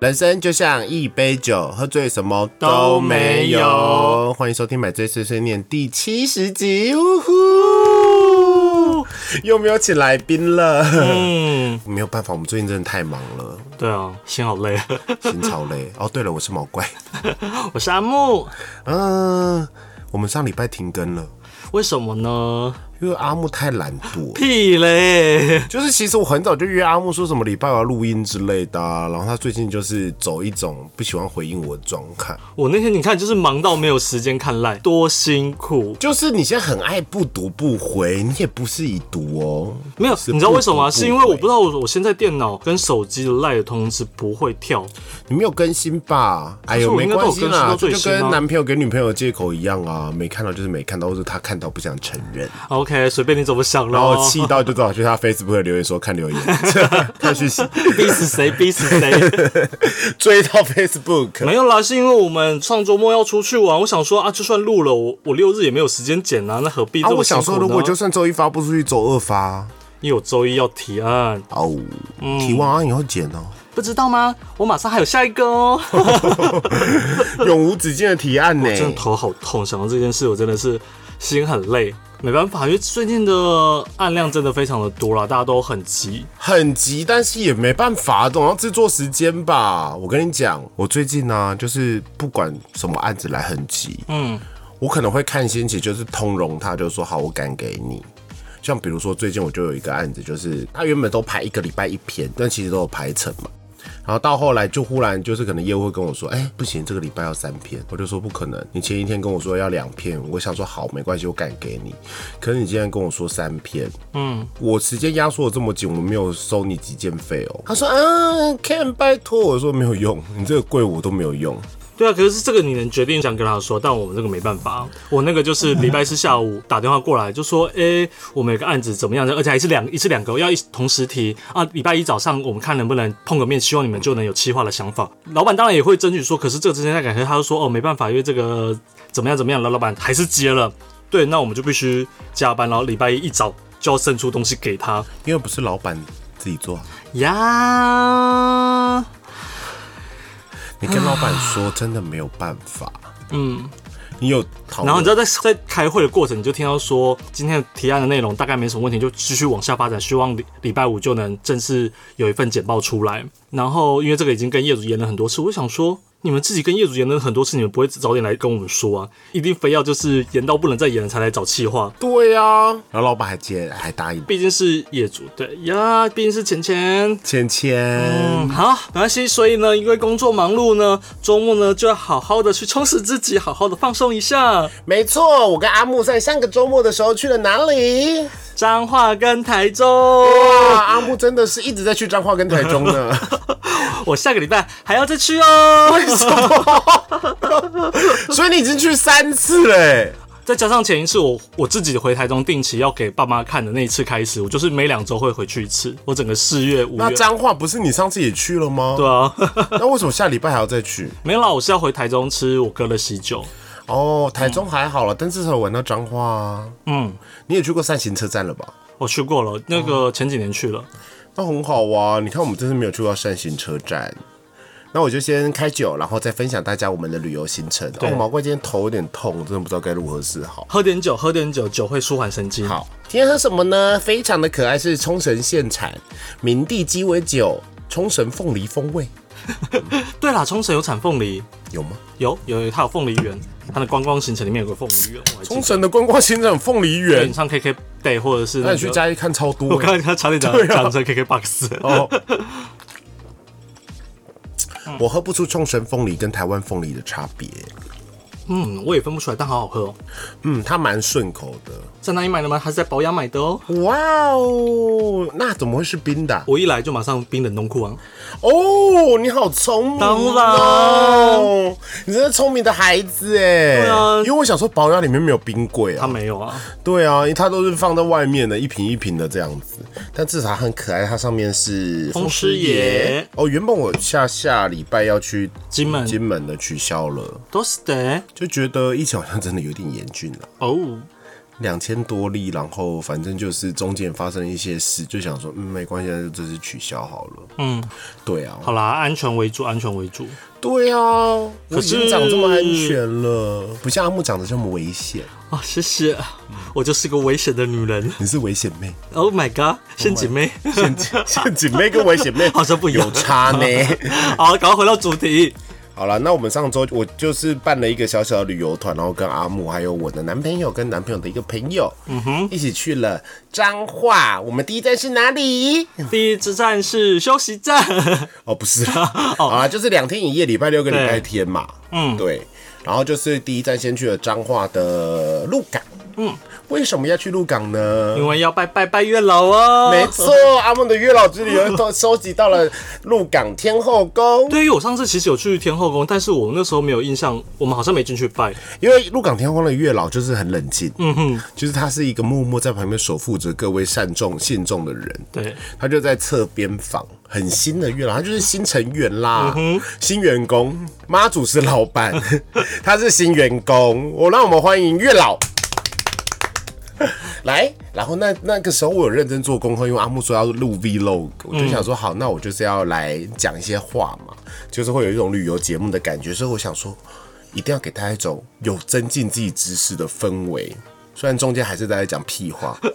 人生就像一杯酒，喝醉什么都都没没有有。欢迎收听《买醉碎碎念》第七十集，呜呼！又没有请来宾了，嗯，没有办法，我们最近真的太忙了，对啊，心好累。 心超累。哦，对了，我是毛怪，我是阿木，嗯、我们上礼拜停更了，为什么呢？因为阿木太懒惰。屁嘞！就是其实我很早就约阿木说什么礼拜我要录音之类的啊、然后他最近就是走一种不喜欢回应我的状态，我那天你看，就是忙到没有时间看赖，多辛苦。就是你现在很爱不读不回，你也不是已读哦，没有，是你知道为什么吗？不读不是因为我回不知道我我现在电脑跟手机的赖的通知不会跳，你没有更新吧？哎呦，可是我没应该都有关系更新啦，到这最就新啊跟男朋友给女朋友借口一样啊，没看到就是没看到，或者他看到不想承认， OK，随便你怎么想咯。然后气到就只好去他 Facebook 的留言说看留言，看去逼死谁，逼死 谁。追到 Facebook。没有啦，是因为我们上周末要出去玩，我想说啊，就算录了，我我六日也没有时间剪啊，那何必这啊，么我辛想苦呢？说，如果就算周一发不出去，周二发因为我周一要提案，哦，嗯提完案以后剪哦，不知道吗？我马上还有下一个哦。永无止境的提案呢。真的头好痛，想到这件事，我真的是心很累。没办法，因为最近的案量真的非常的多啦，大家都很急。很急，但是也没办法，总要制作时间吧。我跟你讲，我最近呢、就是不管什么案子来很急，嗯，我可能会看心情，就是通融他，就说好，我敢给你。像比如说最近我就有一个案子，就是他原本都排一个礼拜一篇，但其实都有排成嘛。然后到后来就忽然就是可能业务会跟我说，哎、不行，这个礼拜要三篇，我就说不可能，你前一天跟我说要两篇，我想说好没关系，我敢给你，可是你今天跟我说三篇，嗯，我时间压缩的这么紧，我没有收你急件费哦。他说啊，Ken 拜托，我说没有用，你这个贵我都没有用，对啊，可是这个你能决定想跟他说，但我们这个没办法。我那个就是礼拜四下午打电话过来，就说，诶，我们有个案子怎么样？而且还是两一次两个，要一同时提啊。礼拜一早上我们看能不能碰个面，希望你们就能有企划的想法。老板当然也会争取说，可是这个之间在改，可是他就说，哦，没办法，因为这个怎么样怎么样，老老板还是接了。对，那我们就必须加班，然后礼拜一一早就要生出东西给他因为不是老板自己做啊，呀。 你跟老板说真的没有办法，嗯，你有讨论，然后你知道在在开会的过程，你就听到说今天的提案的内容大概没什么问题，就继续往下发展，希望礼礼拜五就能正式有一份简报出来。然后因为这个已经跟业主研了很多次，我就想说你们自己跟业主研了很多次，你们不会早点来跟我们说啊？一定非要就是研到不能再研了才来找气话。对呀、啊，然后老板还接还答应，毕竟是业主，对呀，毕竟是钱钱，芊芊。嗯，好，没关系。所以呢，因为工作忙碌呢，周末呢就要好好的去充实自己，好好的放松一下。没错，我跟阿木在上个周末的时候去了哪里？彰化跟台中。哇，阿木真的是一直在去彰化跟台中 呢。我下个礼拜还要再去 哦。所以你已经去三次欸嘞。再加上前一次我我自己回台中定期要给爸妈看的那一次开始，我就是每两周会回去一次。我整个四月、五那月，彰化不是你上次也去了吗？对啊， 那为什么下礼拜还要再去？没有啦，我是要回台中吃我哥的喜酒。哦，台中还好了，但至少玩到彰化啊。嗯，你也去过三行车站了吧？我去过了，那个前几年去了。那很好啊！你看，我们这次没有去过扇形车站。那我就先开酒，然后再分享大家我们的旅游行程。哦，毛怪今天头有点痛，真的不知道该如何是好。喝点酒，喝点酒，酒会舒缓神经。好，今天喝什么呢？非常的可爱，是冲绳现产明地鸡尾酒，冲绳凤梨风味，对啦，冲绳有产凤梨，有吗？有有有，它有凤梨园，它的观光行程里面有个凤梨园，我还记冲得。绳的观光行程有凤梨对，园你，上 KK Day 或者是那那你去个，嘉义看超多、 我欸。刚刚差点讲对啊讲成 KK Box。哦，我喝不出冲绳凤梨跟台湾凤梨的差别。嗯，我也分不出来，但好好喝哦。嗯，它蛮顺口的。在哪里买的吗？还是在保养买的哦？哇哦，那怎么会是冰的啊、我一来就马上冰冷冻库啊！哦，你好聪明、当哦，你真的聪明的孩子哎。对啊因为我想说保养里面没有冰柜啊。他没有啊，对啊，因为它都是放在外面的，一瓶一瓶的这样子。但至少它很可爱，它上面是风师爷哦。原本我下下礼拜要去金门金门的取消了，都是的就觉得疫情好像真的有点严峻了。哦。两千多例，然后反正就是中间发生一些事，就想说嗯没关系，那就这次取消好了。嗯，对啊，好啦，安全为主，安全为主。对啊，我可已是经长这么安全了，不像阿木长得这么危险。啊，谢谢，我就是个危险的女人。你是危险妹， Oh my god，陷阱 妹。陷阱陷阱妹跟危险妹好像不一样有差呢。好，赶快回到主题。好了，那我们上周我就是办了一个小小的旅游团，然后跟阿木还有我的男朋友跟男朋友的一个朋友，嗯哼，一起去了彰化。我们第一站是哪里？第一支站是休息 站，哦，不 是啦，好啦，就是两天一夜，礼拜六跟礼拜天嘛。嗯，哦对。然后就是第一站先去了彰化的鹿港。嗯，为什么要去鹿港呢？因为要拜拜拜月老哦。没错，阿木的月老之旅又都收集到了鹿港天后宫，对于我上次其实有去天后宫，但是我那时候没有印象，我们好像没进去拜。因为鹿港天后宫的月老就是很冷静，嗯哼，就是他是一个默默在旁边守护着各位善众信众的人，对，他就在侧边访，很新的月老，他就是新成员啦，新员工，妈祖是老板， 他是新员工，我让我们欢迎月老。 来，然后那那个时候我有认真做功课，因为阿木说要录 vlog，我就想说好，那我就是要来讲一些话嘛，就是会有一种旅游节目的感觉，所以我想说一定要给大家一种有增进自己知识的氛围，虽然中间还是在讲屁话。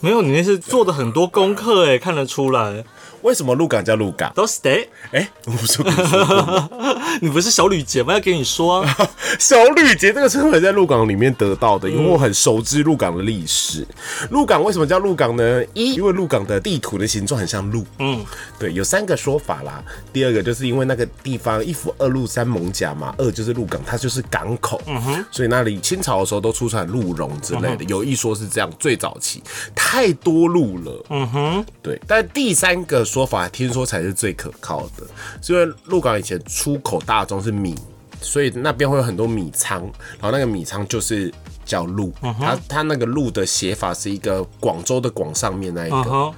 没有，你那是做的很多功课哎，看得出来。为什么鹿港叫鹿港？都 stay，哎、我不是有跟你说过吗 你不是小吕姐吗？要给你说啊。 小吕节这个称谓在鹿港里面得到的，因为我很熟知鹿港的历史。鹿港为什么叫鹿港呢？一，因为鹿港的地图的形状很像鹿。嗯，对，有三个说法啦。第二个就是因为那个地方一府二鹿三艋甲嘛，二就是鹿港，它就是港口。嗯哼，嗯所以那里清朝的时候都出产鹿茸之类的，有一说是这样，最早期太多鹿了。嗯对，但第三个说法听说才是最可靠的，是因为鹿港以前出口大宗是米，所以那边会有很多米仓，然后那个米仓就是叫鹿，嗯它它那个鹿的写法是一个广州的广上面那一嗯个，哼，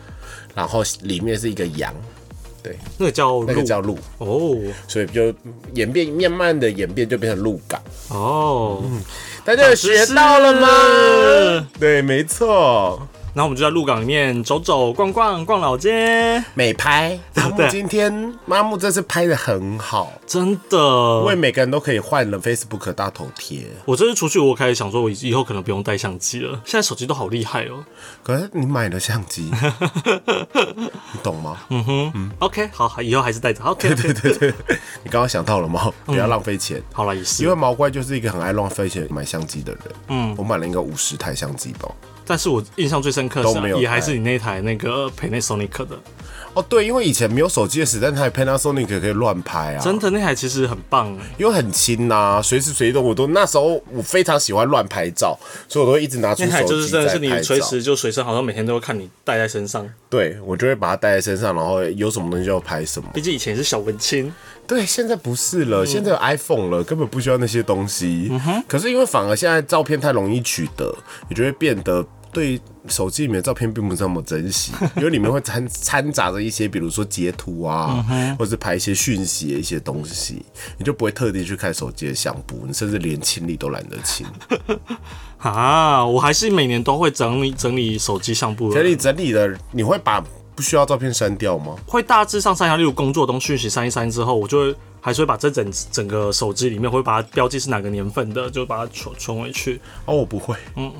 然后里面是一个羊，对，那个叫那个鹿叫鹿，哦所以就演变慢慢的演变就变成鹿港，哦，大家有学到了是吗？对，没错。然后我们就在鹿港里面走走逛逛逛老街，美拍，阿木对今天妈木这次拍的很好，真的。为每个人都可以换了 Facebook 的大头贴，我这次出去，我开始想说，我以以后可能不用带相机了。现在手机都好厉害哦。可是你买了相机， 你懂吗？ OK，好，好以后还是带着。OK，对对对，你刚刚想到了吗？嗯不要浪费钱，好了，也因是。为毛怪就是一个很爱浪费钱买相机的人。嗯，我买了应该五十台相机吧。但是我印象最深刻都没有是，啊带也还是你那台那个 Panasonic 的，哦，对，因为以前没有手机的时代，那台 Panasonic 可以乱拍啊，真的那台其实很棒。因为很轻呐、随时随地我都那时候我非常喜欢乱拍照，所以我都会一直拿出那台手就是机真在的是你拍随照。时就随身，好像每天都会看你带在身上。对，我就会把它带在身上，然后有什么东西就拍什么。毕竟以前是小文青，对，现在不是了，现在有 iPhone 了，根本不需要那些东西。可是因为反而现在照片太容易取得，你就会变得对手机里面的照片并不是那么珍惜，因为里面会掺掺杂着一些，比如说截图啊，或是拍一些讯息的一些东西，你就不会特地去看手机的相簿，你甚至连清理都懒得清。啊，我还是每年都会整理整理手机相簿的整理整理的，你会把不需要照片删掉吗？会大致上删掉，例如工作中讯息删一删之后，我就会还是会把这整整个手机里面会把它标记是哪个年份的，就把它存存回去。哦，我不会，嗯，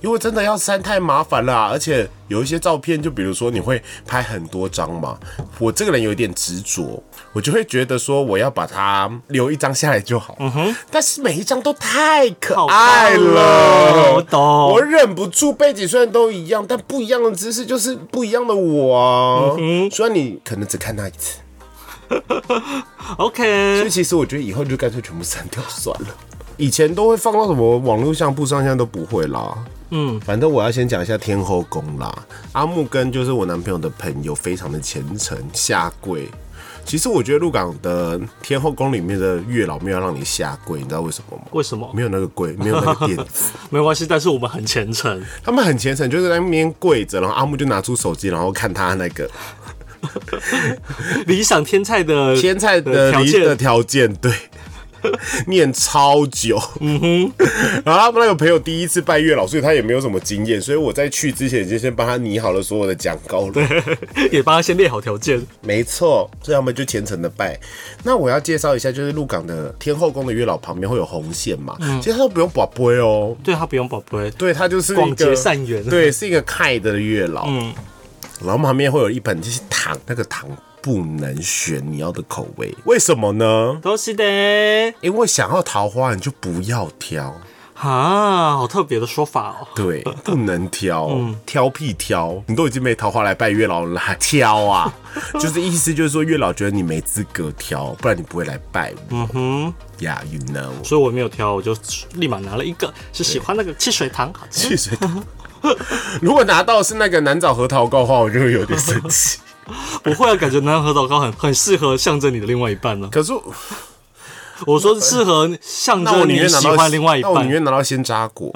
因为真的要删太麻烦了啊、而且有一些照片，就比如说你会拍很多张嘛，我这个人有一点执着，我就会觉得说我要把它留一张下来就好，嗯哼，但是每一张都太可爱了，我懂哦我忍不住，背景虽然都一样，但不一样的姿势就是不一样的我啊，嗯、虽然你可能只看那一次，所 OK，以其实我觉得以后就干脆全部删掉算了。以前都会放到什么网络相簿上，现在都不会啦。嗯，反正我要先讲一下天后宫啦。阿木跟就是我男朋友的朋友，非常的虔诚下跪。其实我觉得鹿港的天后宫里面的月老没有让你下跪，你知道为什么吗？为什么没有那个跪，没有那个垫子，没关系？但是我们很虔诚，他们很虔诚，就是在那边跪着，然后阿木就拿出手机，然后看他那个理想天菜的天菜呃的条离的件条件，对。 念超久。 嗯哼，然后他们那个朋友第一次拜月老，所以他也没有什么经验，所以我在去之前已经先帮他拟好了所有的讲稿了。也帮他先列好条件。没错，所以他们就虔诚的拜。那我要介绍一下，就是鹿港的天后宫的月老旁边会有红线嘛，嗯其实他都不用宝贝哦，对他不用宝贝，对他就是一个广结善缘对，是一个开的月老。嗯，然后我们旁边会有一本就是糖，那个糖不能选你要的口味，为什么呢？都是的。因为想要桃花你就不要挑，啊，好特别的说法哦。对，不能挑，嗯挑屁挑，你都已经没桃花来拜月老了，还挑 啊？就是意思就是说月老觉得你没资格挑，不然你不会来拜我。嗯哼，Yeah，you know， 所以我没有挑，我就立马拿了一个，是喜欢那个汽水糖，好吃。汽水糖。如果拿到是那个南枣核桃糕的话，我就会有点生 气。不会啊，感觉南洋核桃糕很很适合象征你的另外一半呢、可是我说适合象那我征宁你愿拿喜到，欢另外一那我宁半。愿拿到鲜榨 果，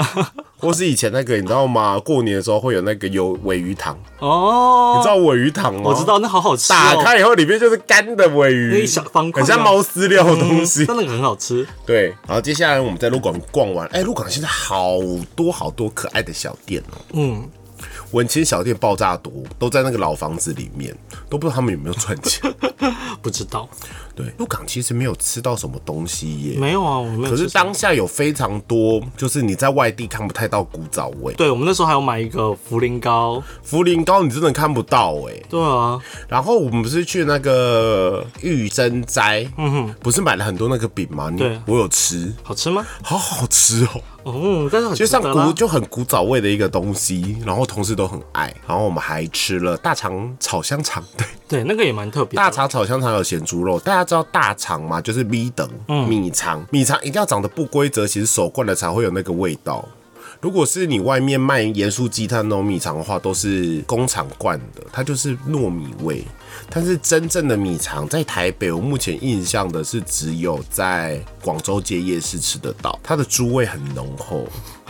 或是以前那个你知道吗？过年的时候会有那个有尾鱼糖，你哦知，道尾鱼糖吗？我知道，那好好吃、哦。打开以后里面就是干的尾鱼，那一小方块嗯很像猫饲料的东西。但那个很好吃。对，然后接下来我们在鹿港逛完，哎、鹿港现在好多好多可爱的小店哦、嗯，文青小店爆炸多，都在那个老房子里面，都不知道他们有没有赚 钱。不知道，对，鹿港其实没有吃到什么东西耶。没有啊，我没可有吃什么。是当下有非常多，就是你在外地看不太到古早味，对我们那时候还有买一个茯苓糕。茯苓糕你真的看不到哎、对啊，然后我们不是去那个玉珍斋，嗯哼，不是买了很多那个饼吗？你对我有吃，好吃吗？好好吃哦，嗯，但是很就值像得啦古就很古早味的一个东西，然后同事都很爱。然后我们还吃了大肠炒香肠，对，对那个也蛮特别的。大肠炒香肠有咸猪肉，大家知道大肠吗？就是米等嗯米肠，米肠一定要长得不规则，其实手灌的才会有那个味道。如果是你外面卖盐酥鸡摊那种米肠的话，都是工厂灌的，它就是糯米味。但是真正的米肠在台北，我目前印象的是只有在广州街夜市吃得到，它的猪味很浓厚，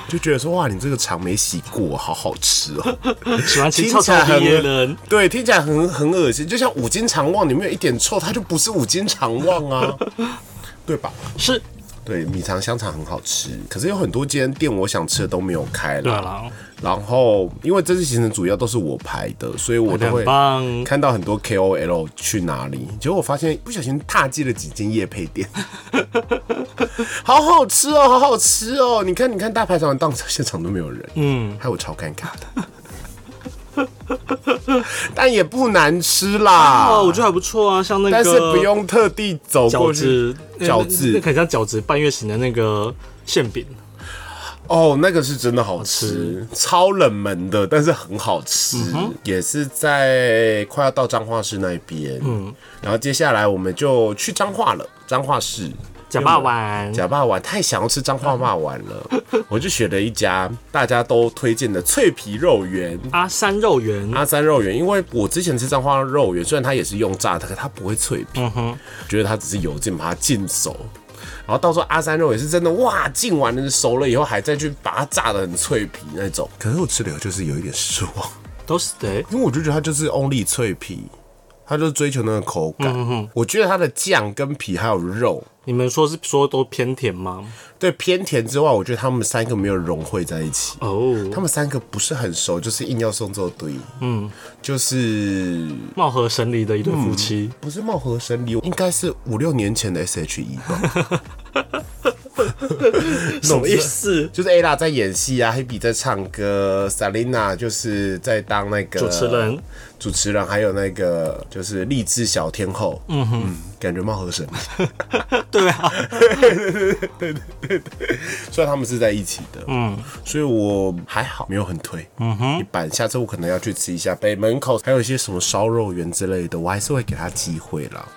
就觉得说哇，你这个肠没洗过，好好吃哦。喜欢吃听臭起臭来的很人，对，听起来很很恶心，就像五金肠旺里面有一点臭，它就不是五金肠旺啊，对吧？是，对，米肠香肠很好吃，可是有很多间店我想吃的都没有开对啊了。啦，然后因为这次行程主要都是我排的，所以我都会很棒看到很多 KOL 去哪里，结果我发现不小心踏进了几间夜配店， 好好吃哦，好好吃哦！你看，你看大排场的档现场都没有人，嗯，害我超尴尬的。 但也不难吃啦，哦，我觉得还不错啊，像那个，但是不用特地走饺过去。子，那饺子那那很像饺子半月形的那个馅饼，哦，那个是真的好吃，嗯超冷门的，但是很好吃，也是在快要到彰化市那边。嗯，然后接下来我们就去彰化了，彰化市。假霸丸，假霸丸太想要吃彰化霸丸了，我就选了一家大家都推荐的脆皮肉圆。阿三肉圆，阿三肉圆，因为我之前吃彰化肉圆，虽然它也是用炸的，可它不会脆皮，觉得它只是油煎把它浸熟。然后到时候阿三肉也是真的哇，浸完了熟了以后还再去把它炸的很脆皮那种。可是我吃了以后就是有一点失望，都是的，因为我就觉得它就是 only 脆皮，它就是追求那个口感。我觉得它的酱跟皮还有肉，你们说是说都偏甜吗？对偏甜之外，我觉得他们三个没有融汇在一起。哦，他们三个不是很熟，就是硬要送这堆，嗯，就是貌合神离的一对夫妻，不是貌合神离，应该是五六年前的 S.H.E 吧？什么意思？就是 Ella 在演戏啊，Hebe 在唱歌，Selina 就是在当那个主持人，主持人还有那个就是励志小天后，嗯哼，感觉貌合神离。对 啊，虽然他们是在一起的，嗯，所以我还好，没有很推，嗯哼，一般。下次我可能要去吃一下北门口，还有一些什么烧肉圆之类的，我还是会给他机会啦。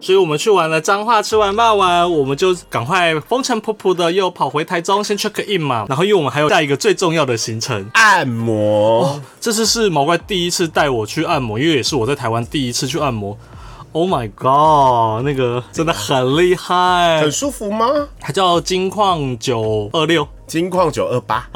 所以我们去完了彰化，吃完霸完，我们就赶快风尘仆仆的又跑回台中先 check in 嘛。然后因为我们还有下一个最重要的行程，按摩，这次是毛怪第一次带我去按摩，因为也是我在台湾第一次去按摩。Oh my god，那个真的很厉害很，舒服吗？它叫金矿九二六。哦金矿九二八，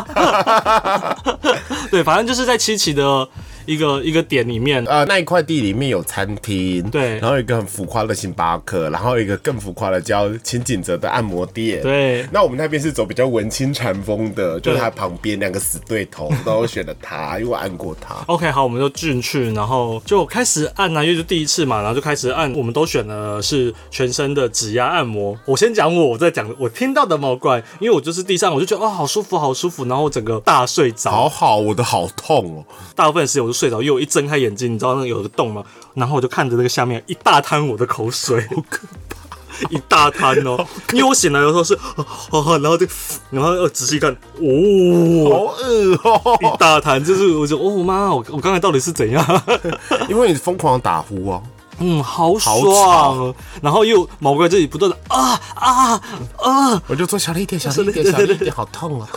对，反正就是在七期的一个一个点里面，呃，那一块地里面有餐厅，对然后有一个很浮夸的星巴克，然后有一个更浮夸的叫秦景泽的按摩店，。对，那我们那边是走比较文青禅风的，就是他旁边两个死对头，然后我选了 他，因为我按过他。 OK，好，我们就进去，然后就开始按啊，因为就第一次嘛，然后就开始按。我们都选的是全身的指压按摩。我先讲我，我再讲我听到的毛怪，因为我就是地上，我就觉得哦，好舒服，好舒服，然后我整个大睡着，好好，我的好痛哦！大部分时间我就睡着，因为我一睁开眼睛，你知道那个有个洞吗？然后我就看着那个下面一大滩我的口水， 好可怕， 一大滩哦。因为我醒来的时候是，哦哦哦，然后就， 然后又仔细看，哦，好恶哦，一大滩，就是我就哦妈，我我刚才到底是怎样？ 因为你疯狂打呼哦，嗯，好爽好哦，然后又毛怪这里不断的啊啊啊！我就说小力一点，小力一点，哦小力一点，好痛哦。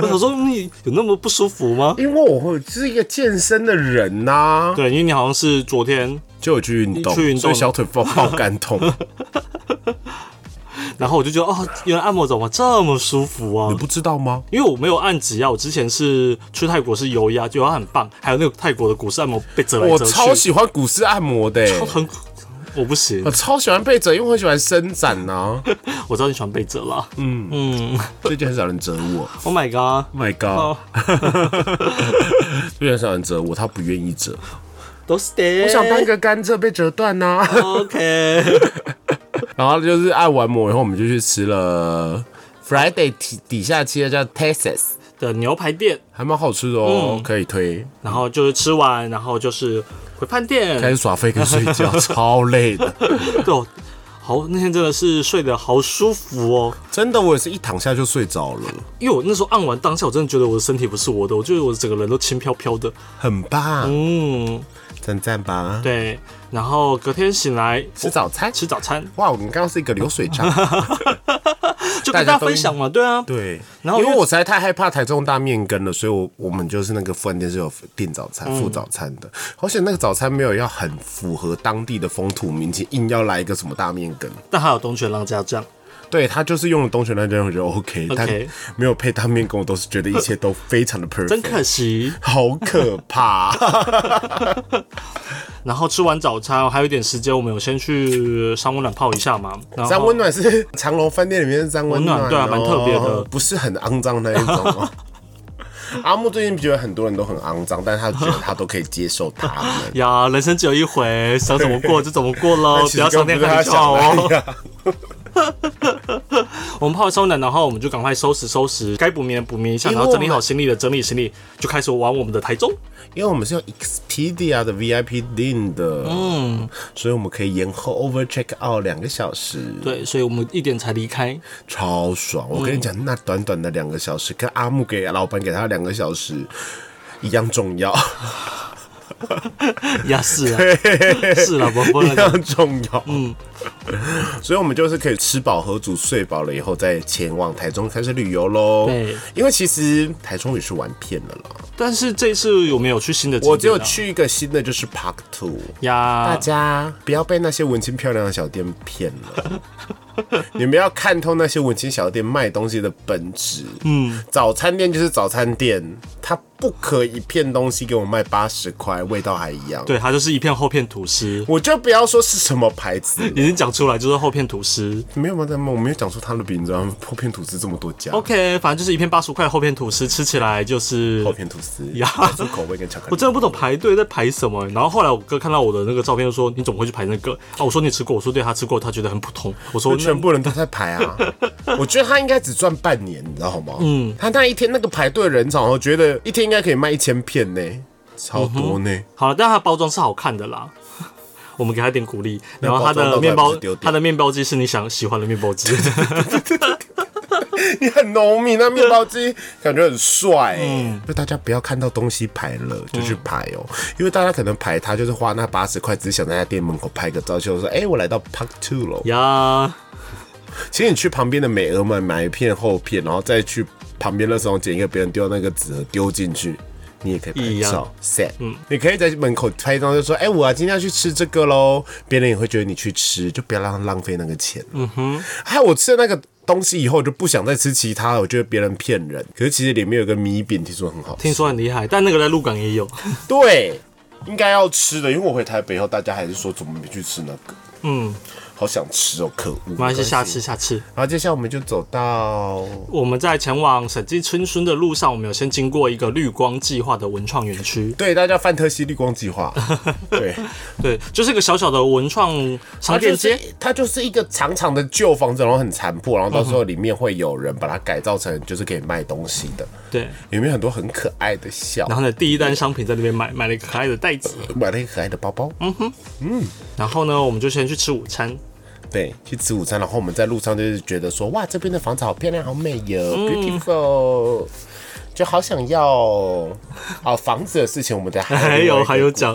我想说你有那么不舒服吗？ 因为我会是一个健身的人呐、对，因为你好像是昨天，就有去运动，去运动所以小腿爆爆肝 痛。然后我就觉得哦，原来按摩怎么这么舒服啊你！不知道吗？因为我没有按指压，我之前是去泰国是油压，就它很棒，还有那个泰国的股市按摩被折来我折去，超喜呃欢股市按摩的、欸我很我不行我，超喜欢被折，因为我很喜欢伸展呐、我知道你喜欢被折啦。嗯嗯 最近很少人折我，Oh my god！哦，Oh my god！最近很少人折我，他不愿意折。都是的，我想当一个甘蔗被折断呐、 OK。然后就是按完摩以后，我们就去吃了 Friday 底底下切的叫 Texas，的牛排店，还蛮好吃的哦，可以推。然后就是吃完，然后就是回饭店，开始耍废跟睡 觉，超累的。对，我好，那天真的是睡得好舒服哦。真的，我也是一躺下就睡着了，因为我那时候按完当下，我真的觉得我的身体不是我的，我觉得我整个人都轻飘飘的。很棒，嗯，赞赞吧。对。然后隔天醒来吃早餐，吃早餐，哇，我们刚刚是一个流水账，大就跟大家家都分享嘛，对啊，对。然后因为因为我实在太害怕台中大面羹了，所以我我们就是那个饭店是有订早餐、付早餐的，好险那个早餐没有要很符合当地的风土民情，硬要来一个什么大面羹。但还有东泉浪家酱，对他就是用了东泉那间，我觉得 OK，, OK 但没有配大面羹，我都是觉得一切都非常的 perfect，真可惜。好可 怕。然后吃完早餐，还有一点时间，我们有先去三温暖泡一下嘛。然后三温暖是长隆饭店里面的三温暖、哦，温暖对啊蛮特别的。不是很肮脏那一种、哦。阿木最近觉得很多人都很肮脏，但他觉得他都可以接受他们呀，人生只有一回，想怎么过就怎么 过喽，哦不要其实想根念本不很是他久想哦。的呀我们泡完烧奶，然后我们就赶快收拾收拾，该补眠的补眠一下，因为然后整理好行李的整理行李，就开始往我们的台中。 因为我们是用 Expedia 的 VIP 订的，嗯，所以我们可以延后 over check out 两个小时，对，所以我们一点才离开。 超爽！我跟你讲，那短短的两个小时，跟阿木给老板给他两个小时一样重要，呀，是啊，是啦，不不 一然样重要。嗯，所以我们就是可以吃饱喝足、睡饱了以后，再前往台中开始旅游喽。对，因为其实台中也是玩遍了啦。 但是这次有没有去新的景点啊？我只有去一个新的，就是 Park Two。大呀，家啊不要被那些文青漂亮的小店骗了， 你们要看透那些文青小店卖东西的本质。嗯，早餐店就是早餐店，它不可以骗东西给我卖八十块，味道还一样。，对，它就是一片厚片吐司，我就不要说是什么牌子 了，已经讲出来就是厚片吐司。没有吗？在梦，我没有讲出它的名字啊，破片吐司这么多家， OK，反正就是一片八十块的厚片吐司，吃起来就是破片吐司，呀奶酥口味跟巧克力，我真的不懂排队在排什么。然后后来我哥看到我的那个照片，就说：“你怎么会去排那个？”啊，我说：“你吃过。”我说：“对，他吃过，他觉得很普通。”我 说：“那全部人都在排啊！ 我觉得他应该只赚半年，你知道吗？嗯，他那一天那个排队的人潮，我觉得一天应该可以卖一千片呢，超多呢。好了，但它的包装是好看的啦。 我们给他点鼓励，然后它包装的到底面不包是丢，掉 它的面包机是你想喜欢的面包机， 你很农民，那啊面包 机感觉很帅、欸。就大家不要看到东西排了就去排哦、因为大家可能排他就是花那八十块，只是想在他店门口拍个照，就说哎、我来到 Park Two 了。呀，其实你去旁边的美而美买一片厚片，然后再去旁边垃圾桶捡一个别人丢的那个纸盒丢进去。你也可一以拍样嗯照，set。你可以在门口拍一张，就说：“哎、我、啊、今天要去吃这个喽。”别人也会觉得你去吃，就不要让他浪费那个钱。嗯哼。还有我吃了那个东西以后，就不想再吃其他了。我觉得别人骗人，可是其实里面有个米饼，听说很好吃。听说很厉害，但那个在鹿港 也有。对，应该要吃的，因为我回台北以后，大家还是说怎么没去吃那个？嗯，好想吃哦，可恶。没没关系，下次。下次。然后接下来我们就走到我们在前往审计春村的路上，我们有先经过一个绿光计划的文创园区，对大家范特西绿光计 划，对，对，就是一个小小的文创商它店就是街。它就是一个长长的旧房子，然后很残破，然后到时候里面会有人把它改造成就是可以卖东西的，对，里面很多很可爱的笑然，后呢，第一单商品在那边买买了一个可爱的袋子，买了一个可爱的包包，然后呢，我们就先去吃午餐。对，去吃午餐，然后我们在路上就是觉得说，哇，这边的房子好漂亮，好美哟、b e 嗯 a u t i f u l 就好想要哦，房子的事情，我们的哎还有还有讲，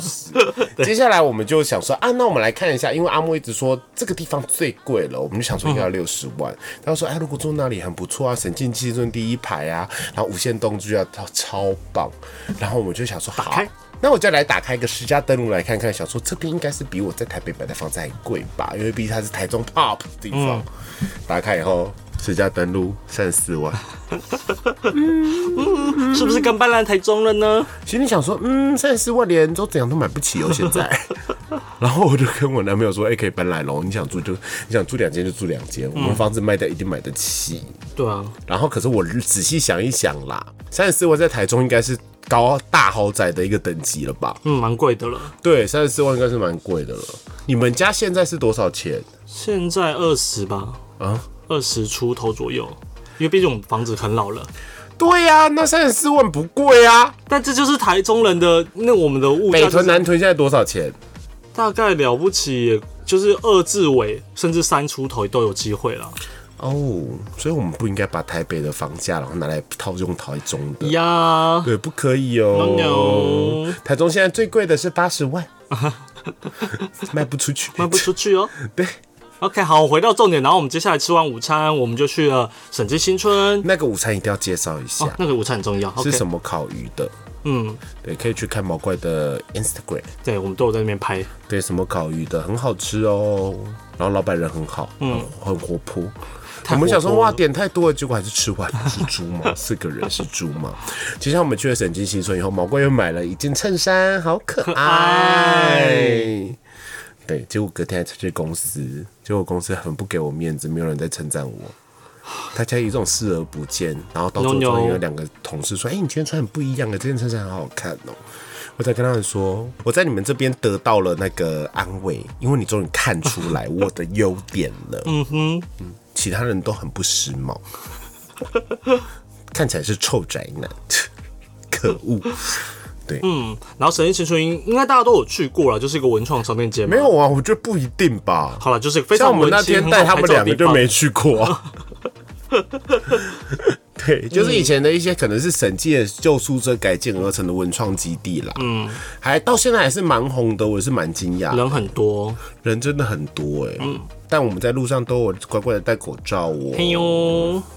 接下来我们就想说啊，那我们来看一下，因为阿莫一直说这个地方最贵了，我们就想说应该要六十万。他、说哎，如果住那里很不错啊，省进气尊第一排啊，然后无线动居啊，它超棒。然后我们就想说好开。那我就来打开一个私家登录来看看，想说这边应该是比我在台北买的房子还贵吧，因为毕竟它是台中 pop 的地方。打开以后，私家登录三十四万，是不是跟搬来台中了呢？心里想说，嗯，三十四万连周怎样都买不起哦，现在。然后我就跟我男朋友说，哎、可以搬来喽，你想住就你想住两间就住两间，我们房子卖掉一定买得起。对啊，然后可是我仔细想一想啦，三十四万在台中应该是高大豪宅的一个等级了吧？嗯，蛮贵的了，对，三十四万应该是蛮贵的了。你们家现在是多少钱？现在二十吧，啊啊，二十出头左右，因为毕竟我们房子很老了。对呀、那三十四万不贵啊。但这就是台中人的那我们的物价北就是，屯南屯现在多少钱？大概了不起，也就是二字尾甚至三出头都有机会了。哦、所以我们不应该把台北的房价然后拿来套用台中的。呀，对，不可以哦。 No, no 台中现在最贵的是八十万， 卖不出去，卖不出去哦。 对， OK，好，我回到重点，然后我们接下来吃完午餐，我们就去了审计新村。那个午餐一定要介绍一下，哦，那个午餐很重要。嗯是 OK，什么烤鱼的。嗯，对，可以去看毛怪的 Instagram，对，我们都有在那边拍。对，什么烤鱼的很好吃哦，然后老板人很好，嗯，很活泼。我活们想说泼哇，了点太多了，结果还是吃 完，是猪嘛，四个人是猪嘛。接下来我们去了神经新村以后，毛怪又买了一件衬衫，好可爱 爱。对，结果隔天还去公司，结果公司很不给我面子，没有人在称赞我。大家有一种视而不见，然后到最后 No, no 终于有两个同事说：“哎、你今天穿很不一样的，这件衬衫很好看哦。”我才跟他们说，我在你们这边得到了那个安慰，因为你终于看出来我的优点了。嗯哼，其他人都很不时髦， 看起来是臭宅男，可恶。对，然后审计新村应该大家都有去过了，就是一个文创商店街嘛。没有啊，我觉得不一定吧。好了，就是非像常我们那文青天带他们两个就。很好拍照的地没方去过、 啊。对，嗯就是以前的一些可能是省界旧宿舍改建而成的文创基地啦，嗯，还到现在还是蛮红的，我也是蛮惊讶，人很多，人真的很多哎、嗯，但我们在路上都有乖乖的戴口罩哦、哎呦，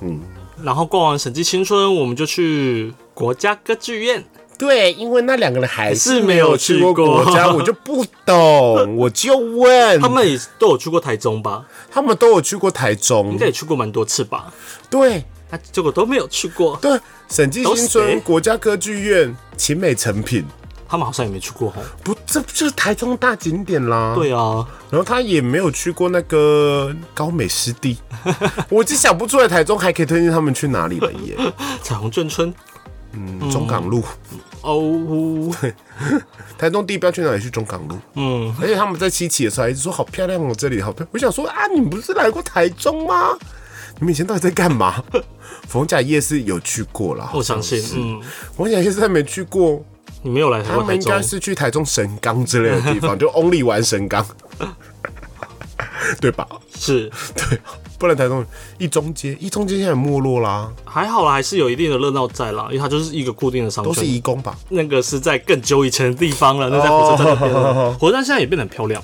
嗯。然后逛完审计新村，我们就去国家歌剧院。对，因为那两个人还是是没没有有去去过过国家，我就不 懂，我就问他们也都有去过台中吧？他们都有去过台中应，该也去过蛮多次吧？对啊，结果都没有去过，对，审计都新谁村国家歌剧院、秦美成品。他们好像也没去过哦。不，这不就是台中大景点啦。，对啊，然后他也没有去过那个高美湿 地，我就想不出来台中还可以推荐他们去哪里了 耶。彩虹眷村嗯，中港路，哦，台中地标去哪里？去中港 路。嗯，而且他们在七期的时候还一直说好漂亮哦，这里好漂亮。我想说啊，你们不是来过台中吗？你们以前到底在干 嘛？逢甲夜市有去过啦，我相信，嗯，逢甲夜市还没去过，你没有来台他过们台应该中，是去台中神冈之类 的地方，就 only 玩神冈，对吧？是对，不然台中一中街，一中街现在没落啦，还好啦，还是有一定的热闹在啦，因为它就是一个固定的商都是圈。移工吧？那个是在更久以前的地方了，那在火车站那边哦了。火车站现在也变得很漂亮。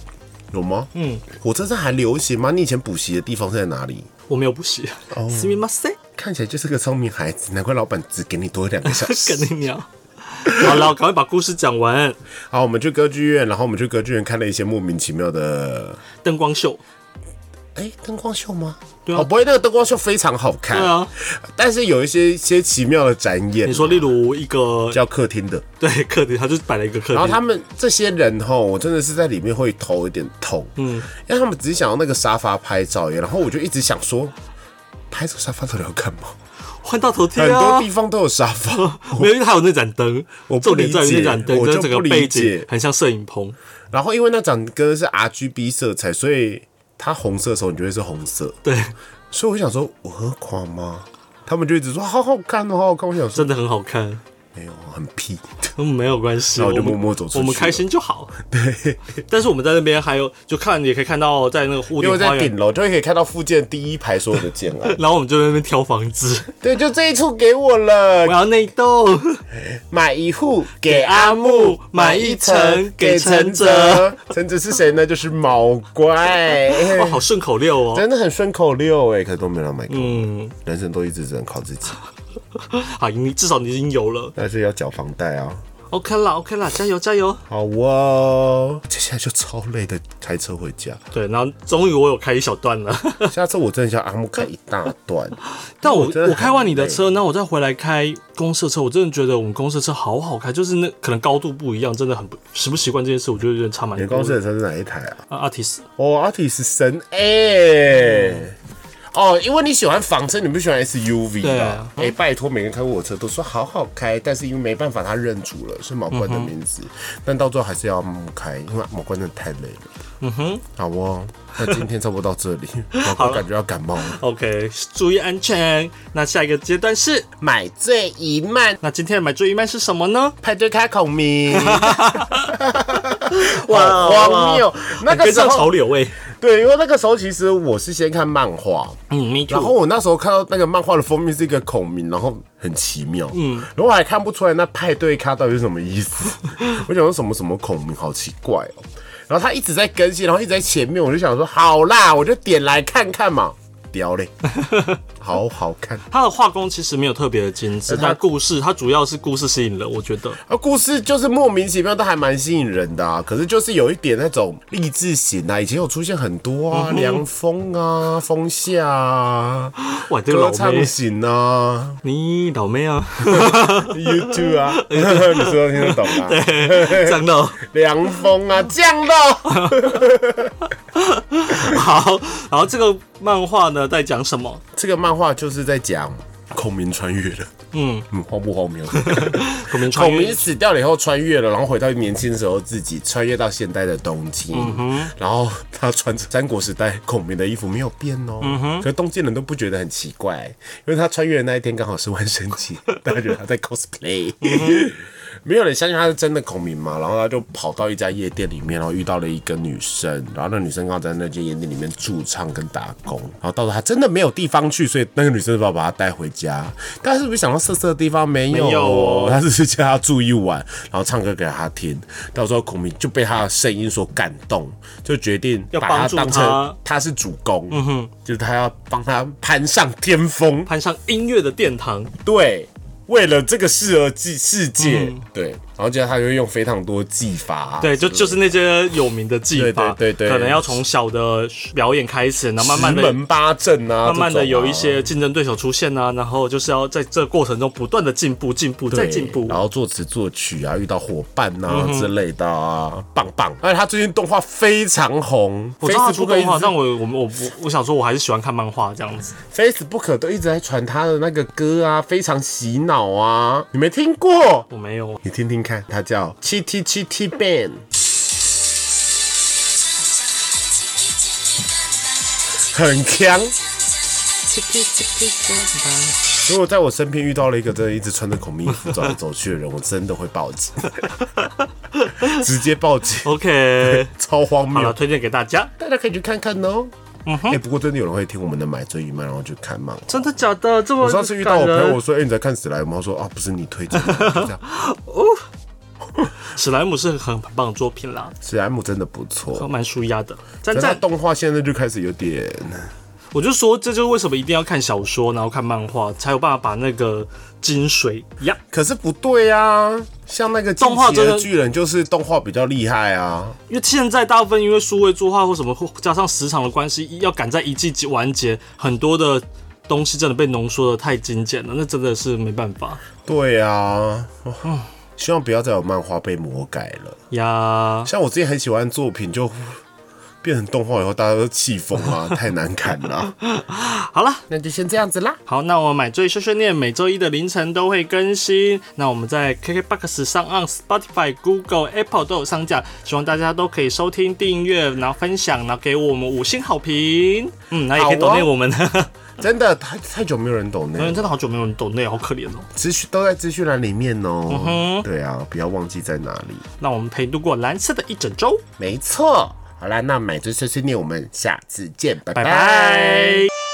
有吗？嗯，火车站还流行吗？你以前补习的地方是在哪里？我没有补习，哦 すみません，看起来就是个聪明孩子，难怪老板只给你多两个 小 时。跟你娘。好了，赶快把故事讲完。好，我们去歌剧院，然后我们去歌剧院看了一些莫名其妙的，灯光秀，哎、灯光秀吗？对啊哦，不会，那个灯光秀非常好看，对啊，但是有一些一些奇妙的展演你，说例如一个叫客厅的，对客厅，他就摆了一个客然后厅，他们这些人吼，我真的是在里面会头有点痛，嗯，因为他们只是想要那个沙发拍照耶，然后我就一直想说，拍这个沙发到底要干嘛？换到头贴很多啊地。方都有沙 发，没有，因为它有那盏灯，我不重点理解在于那盏灯我就跟整个不理背景解很像摄影棚，然后因为那盏歌是 R G B 色彩，所以它红色的时候你就会是红色，对，所以我就想说，我何况吗？他们就一直说好好看哦，好好看。我想说真的很好看。没有，啊很屁。嗯，没有关系，那我就们默默走出去我们开心就好。对，但是我们在那边还有就看，也可以看到在那个屋因为我顶花在园，。顶楼就可以看到附近第一排所有的建案然后我们就在那边挑 房子，对，就这一处给我了我，要那一栋，买一户给阿木，买一层给陈泽。 陈泽是谁呢？就是毛 怪。哇，好顺口溜哦。真的很顺口溜哎，可是都没人买过。嗯，人生都一直只能靠自己，好，你至少你已经有了但是要缴房贷啊。 ，OK 啦，OK 啦，加油加油。好哦，接下来就超累的开车回家。对，然后终于我有开一小段了，下次我真的想阿木开一大 段。但我我真的很我开完你的车，那我再回来开公社车，我真的觉得我们公社车好好开，就是那可能高度不一样，真的很不习不习惯这件事，我觉得有点差蛮你多的公的。司的车是哪一台啊？啊，阿提斯，哦，阿提是神哎、哦，因为你喜欢房车，你不喜欢 SUV 对啊啊？哎、拜托，每个人开过我的车都说好好开，但是因为没办法，他认主了是毛冠的名字，但到最后还是要木开，因为毛冠真的太累了。嗯哼，好哦，那今天差不多到这 里，毛冠感觉要感冒了。 OK，注意安全。那下一个阶段是，买醉一漫，那今天的买醉一漫是什么呢？派对开孔 明，哇好荒谬！那个跟时上潮候，流哎、欸。对，因为那个时候其实我是先看漫画，嗯，me 然后 too。我那时候看到那个漫画的封面是一个孔明，然后很奇妙，嗯，然后我还看不出来那派对咖到底是什么意思。我想说什么什么孔明，好奇怪哦。然后他一直在更新，然后一直在前面，我就想说好啦，我就点来看看嘛，屌嘞，好好看。它的画工其实没有特别的精致，呃它但故事它主要是故事吸引人，我觉得。啊，故事就是莫名其妙，但还蛮吸引人的啊。可是就是有一点那种励志型啊，以前有出现很多啊，凉风啊，风下啊，哇，这个歌老唱妹，型啊。你老 妹啊， YouTube 啊，你说听得懂啊？真的。哦凉风啊，降落。 好，然后这个漫画呢在讲什么？这个漫画就是在讲孔明穿越了，嗯嗯，荒不荒谬？孔明穿孔越明。死掉了以后穿越了，然后回到年轻时候自己，穿越到现代的东京，然后他穿着三国时代孔明的衣服没有变哦，可是东京人都不觉得很奇怪，因为他穿越的那一天刚好是万圣节，大家觉得他在 cosplay。没有人相信他是真的孔明嘛，然后他就跑到一家夜店里面，然后遇到了一个女生，然后那女生刚好在那间夜店里面驻唱跟打工，然后到时候他真的没有地方去，所以那个女生就把把他带回家，但是没想到色色的地方没有没有哦他只是叫他住一晚，然后唱歌给他听，到时候孔明就被他的声音所感动，就决定要把他帮助当他成他是主公，嗯哼，就是他要帮他攀上巅峰，攀上音乐的殿堂，对，为了这个事而祭世界，对，然后接着他就用非常多技法、嗯对，就就是那些有名的技法，啊对对对对可能要从小的表演开始，然后慢慢十的门八阵啊，慢慢的这种啊有一些竞争对手出现啊，然后就是要在这过程中不断的进步、进步、再对进步嗯然。后作词作曲啊，遇到伙伴啊、之类的啊，棒棒。而且他最近动画非常红我知道他出，Facebook 动画，一直但我我我我想说，我还是喜欢看漫画这样子。 Facebook 都一直在传他的那个歌啊，非常洗脑啊，你没听过？我没有，你听听看，它叫七 T 七 T Band。很强。如果在我身边遇到了一个真的一直穿着孔明衣服走来走去的人，我真的会报警，直接报警， OK，超荒好了，谬。 推荐给大家。大家可以去看看哦。哎、不过真的有人会听我们的买醉与慢，然后去看漫画。真的假的？这么我上次遇到我朋友，感我人说：“哎、你在看史莱姆？”他说：“啊，不是你推荐的。”就这样，史莱姆是很很棒的作品啦，史莱姆真的不错。蛮舒压的。但但它在动画现在就开始有点，我就说，这就是为什么一定要看小说，然后看漫画，才有办法把那个精髓呀。可是不对啊。像那个进动画击真的的巨人，就是动画比较厉害啊。因为现在大部分因为数位作画或什么，或加上时长的关系，要赶在一季完结，很多的东西真的被浓缩的太精简了，那真的是没办法对啊，希望不要再有漫画被魔改了。呀。像我之前很喜欢的作品，就变成动画以后，大家都气疯 啊，太难看了。好了，那就先这样子啦。好，那我们买醉碎碎念每周一的凌晨都会更新。那我们在 KKBox 上、on Spotify、Google、Apple 都有上架，希望大家都可以收听、订阅，然后分享，然后给我们五星好评。嗯，那也可以好哦抖内我们。 真的太太久没有人懂那个嗯，真的好久没有人抖内，好可怜哦。资讯，都在资讯栏里面哦、对啊，不要忘记在哪里。让我们陪度过蓝色的一整周，没错。好啦，那买醉碎碎念，我们下次见，拜拜拜拜